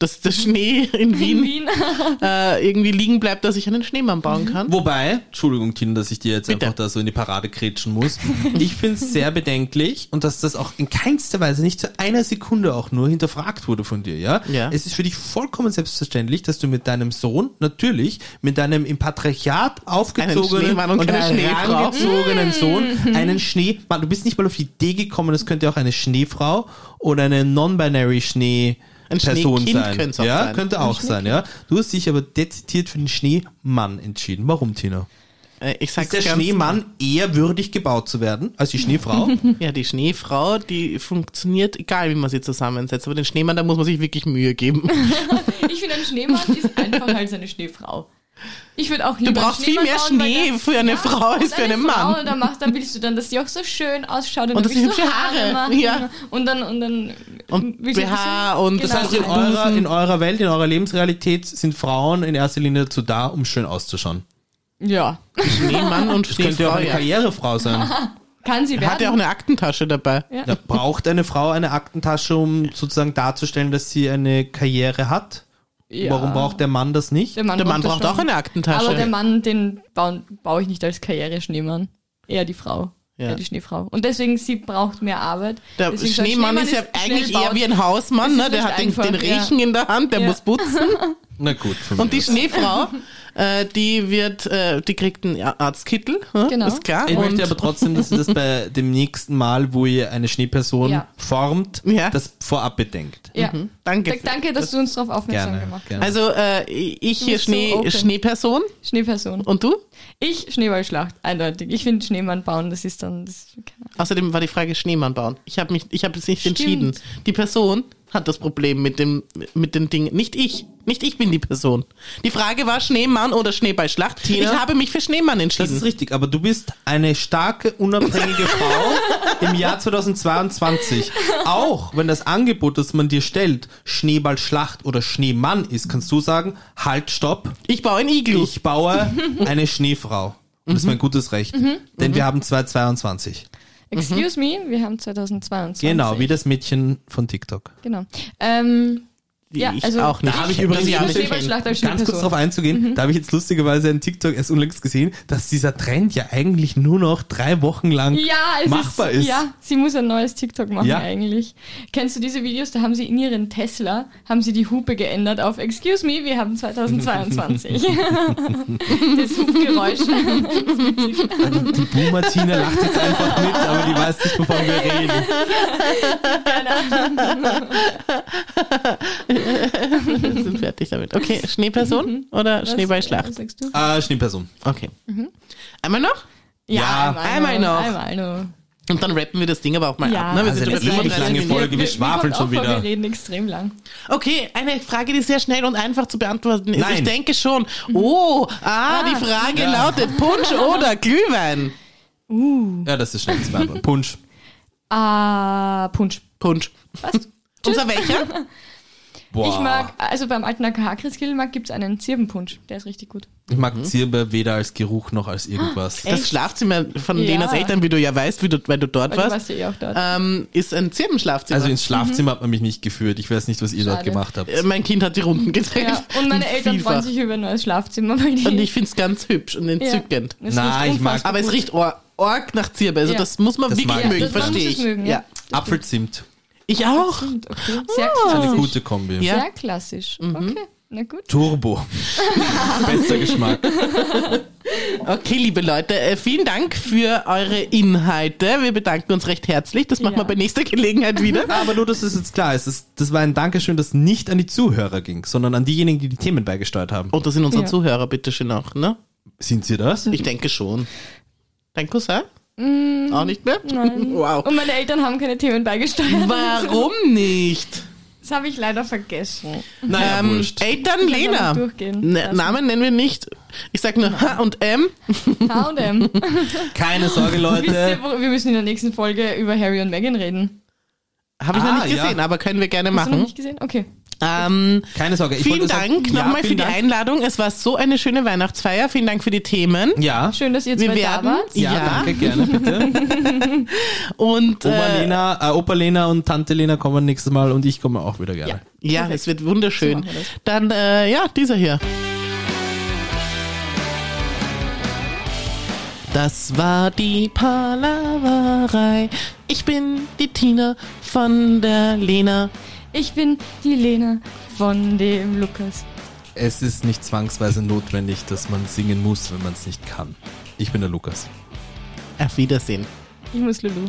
dass der Schnee in
In
Wien
Wien. Mhm.
äh, irgendwie liegen bleibt, dass ich einen Schneemann bauen kann.
Wobei, Entschuldigung, Tina, dass ich dir jetzt
Bitte.
einfach da so in die Parade kretschen muss. Ich finde es sehr bedenklich und dass das auch in keinster Weise, nicht zu einer Sekunde auch nur hinterfragt wurde von dir, ja?
Ja.
Es ist für dich vollkommen selbstverständlich, dass du mit deinem Sohn natürlich mit deinem im Patriarchat aufgezogenen
Schneemann und keine Schneefrau.
herangezogenen Sohn einen Schneemann, du bist nicht mal auf die Idee gekommen, es könnte auch eine Schneefrau oder eine non-binary Schnee
Ein
Person
Schneekind
sein.
könnte es auch
ja,
sein.
könnte auch sein, ja. Du hast dich aber dezidiert für den Schneemann entschieden. Warum, Tina?
Äh, ich sag's
Ist der
ganz
Schneemann eher würdig gebaut zu werden als die Schneefrau?
Ja, die Schneefrau, die funktioniert, egal wie man sie zusammensetzt. Aber den Schneemann, da muss man sich wirklich Mühe geben.
Ich finde, ein Schneemann ist einfacher als eine Schneefrau. Ich würde auch
Du
lieber
brauchst viel
einen
mehr
Schneemann bauen, weil
Schnee für eine Frau als für einen
Und
Mann.
dann, macht, dann willst du dann, dass die auch so schön ausschaut und,
Und
dann
dass sie
willst du
hübsche Haare,
machen.
ja.
Und dann und dann
Und
willst du ein
BH und
genau.
das
Das heißt, Also in eurer, in eurer Welt, in eurer Lebensrealität sind Frauen in erster Linie dazu da, um schön auszuschauen.
ja,
Schneemann und
Das könnte ja auch
Schneefrau.
eine
Ja.
Karrierefrau sein.
kann sie werden.
Hat ja auch eine Aktentasche dabei.
Ja.
Ja, braucht eine Frau eine Aktentasche, um sozusagen darzustellen, dass sie eine Karriere hat?
Ja.
Warum braucht der Mann das nicht?
Der Mann
das
braucht
schon.
auch eine Aktentasche.
Aber der Mann, den bauen- baue ich nicht als Karriereschneemann. Eher die Frau.
Ja.
Eher die Schneefrau. Und deswegen, sie braucht mehr Arbeit.
Der
Deswegen so ein
Schneemann ist ja
schnell
eigentlich
baut.
eher wie ein Hausmann,
Das
ne?
ist
der
recht
hat den,
einfach,
den
ja.
Riechen in der Hand, der
Ja.
muss putzen.
Na gut. von
Und die
mir aus.
Schneefrau, äh, die wird, äh, die kriegt einen Arztkittel, ne?
Genau.
ist klar.
Ich
Und-
möchte aber trotzdem, dass ihr das bei dem nächsten Mal, wo ihr eine Schneeperson
Ja.
formt,
Ja.
das vorab bedenkt.
Ja.
mhm, Danke.
Danke, Danke, dass du uns darauf aufmerksam
Gerne.
gemacht hast.
gerne.
Also äh, ich hier
bist so
Schnee,
open.
Schneeperson
Schneeperson.
und du?
Ich Schneeballschlacht, eindeutig. Ich finde Schneemann bauen, das ist dann. Das, keine Ahnung.
Außerdem war die Frage Schneemann bauen. Ich habe mich, ich habe es nicht
Stimmt.
entschieden. Die Person hat das Problem mit dem, mit den Dingen. Nicht ich. Nicht ich bin die Person. Die Frage war Schneemann oder Schneeballschlacht.
Tina?
Ich habe mich für Schneemann
Das ist
entschieden.
richtig, aber du bist eine starke, unabhängige Frau im Jahr 2022. Auch wenn das Angebot, das man dir stellt, Schneeballschlacht oder Schneemann ist, kannst du sagen, halt, stopp,
Ich baue ein Iglu.
ich baue eine Schneefrau. Und
Mhm.
das ist mein gutes Recht, denn wir haben 2022.
Mhm.
Excuse me, wir haben 2022.
Genau, wie das Mädchen von TikTok.
Genau. Ähm,
Die
Ja,
ich
also-
auch nicht.
Da habe ich
Das
übrigens
ja
eine
nicht
Schneeballschlacht als
Ganz kurz
Schneeperson.
darauf
Mhm.
einzugehen, da habe ich jetzt lustigerweise einen TikTok erst unlängst gesehen, dass dieser Trend ja eigentlich nur noch drei Wochen lang
Ja, es
machbar ist.
ist, Ja, sie muss ein neues TikTok machen
Ja.
eigentlich. Kennst du diese Videos? Da haben sie in ihren Tesla haben sie die Hupe geändert auf Excuse me, wir haben 2022. das Hubgeräusch.
Die Boomer Tina lacht jetzt einfach mit, aber die weiß nicht, wovon wir reden.
Wir sind fertig damit. Okay,
Mhm.
Schneeperson oder Schneeballschlacht?
Was sagst du?
Äh, Schneeperson.
Okay.
Mhm.
Einmal noch?
Ja,
einmal noch.
Einmal noch.
Und dann rappen wir das Ding aber auch mal
Ja.
ab. Ne? Wir
Also
sind
das
über
ist ewig
35
lange
Minuten.
Folge, wir schwafeln
kommt
schon
auch vor,
wieder.
Wir reden extrem lang.
Okay, eine Frage, die sehr schnell und einfach zu beantworten ist.
Nein.
Ich denke schon. Oh, ah,
Mhm. Ah.
die Frage
Ja.
lautet Punsch oder Glühwein?
Ja, das ist schnell zu beantworten. Punsch.
Ah, Punsch.
Punsch.
Passt.
Unser welcher?
Boah.
Ich mag, also beim alten AKH-Christkindlmarkt gibt es einen Zirbenpunsch. Der ist richtig gut.
ich mag Zirbe weder als Geruch noch als irgendwas.
Das Schlafzimmer von
Ja.
Lenas Eltern, wie du ja weißt, wie du, weil du dort
Weil du
warst,
warst ja eh auch
Ah.
dort.
ähm, ist ein Zirbenschlafzimmer.
Also ins Schlafzimmer hat man mich nicht geführt. Ich weiß nicht, was ihr dort
Mhm. Schade.
gemacht habt.
Äh, mein Kind hat die Runden gedreht.
Ja, und meine Eltern
Vielfach.
freuen sich über ein neues Schlafzimmer, weil die.
Und ich finde es ganz hübsch und
Ja.
entzückend.
Es
Na,
riecht
ich mag-
unfassbar
Aber es
gut.
riecht or org nach Zirbe. Also
Ja.
das muss man
Das mag
wirklich
ich.
mögen,
Das- man muss
verstehe
es
ich.
mögen, ja.
ja. Ah.
Apfelzimt.
Ich auch.
Stimmt, okay. Sehr
Das ist eine
klassisch.
gute Kombi.
Ja. Mhm.
Sehr klassisch. Okay, na gut.
Turbo. Bester Geschmack.
Okay, liebe Leute, äh, vielen Dank für eure Inhalte. Wir bedanken uns recht herzlich. Das machen
Ja.
wir bei nächster Gelegenheit wieder.
Aber nur, dass es jetzt klar ist, das, das war ein Dankeschön, das nicht an die Zuhörer ging, sondern an diejenigen, die die Themen beigesteuert haben.
Und das sind unsere
Ja.
Zuhörer, bitteschön auch, ne?
Sind sie das?
Ich denke schon. Dein Cousin? Auch nicht mehr?
Mm, Nein. Oh
Wow.
Und meine Eltern haben keine Themen beigesteuert.
Warum nicht?
Das habe ich leider vergessen.
Naja,
Ähm,
wurscht.
Eltern
Ich kann
Lena.
damit durchgehen.
Ne,
Lassen.
Namen nennen wir nicht. Ich sag nur H und M.
H&M.
Keine Sorge,
Wisst
Leute.
ihr, wo- Wir müssen in der nächsten Folge über Harry und Meghan reden.
Habe ich
Ah,
noch nicht
ja.
gesehen, aber können wir gerne
Hast du noch
machen.
nicht gesehen? Okay.
Ähm,
Keine Sorge. Ich
vielen
wollte sagen-
Dank
Ja,
nochmal für die
vielen Dank.
Einladung. Es war so eine schöne Weihnachtsfeier. Vielen Dank für die Themen.
Ja.
Schön, dass ihr
Wir
zwei da
werden-
wart.
Ja,
Ja.
danke, gerne, bitte.
Und
Oma
äh,
Lena, äh, Opa Lena und Tante Lena kommen nächstes Mal und ich komme auch wieder gerne.
Ja.
Ja,
Perfekt.
es wird wunderschön.
So machen wir das.
Dann, äh, ja, dieser hier. Das war die Palaverei. Ich bin die Tina von der Lena.
Ich bin die Lena von dem Lukas.
Es ist nicht zwangsweise notwendig, dass man singen muss, wenn man es nicht kann. Ich bin der Lukas.
Auf Wiedersehen.
Ich muss Lulu.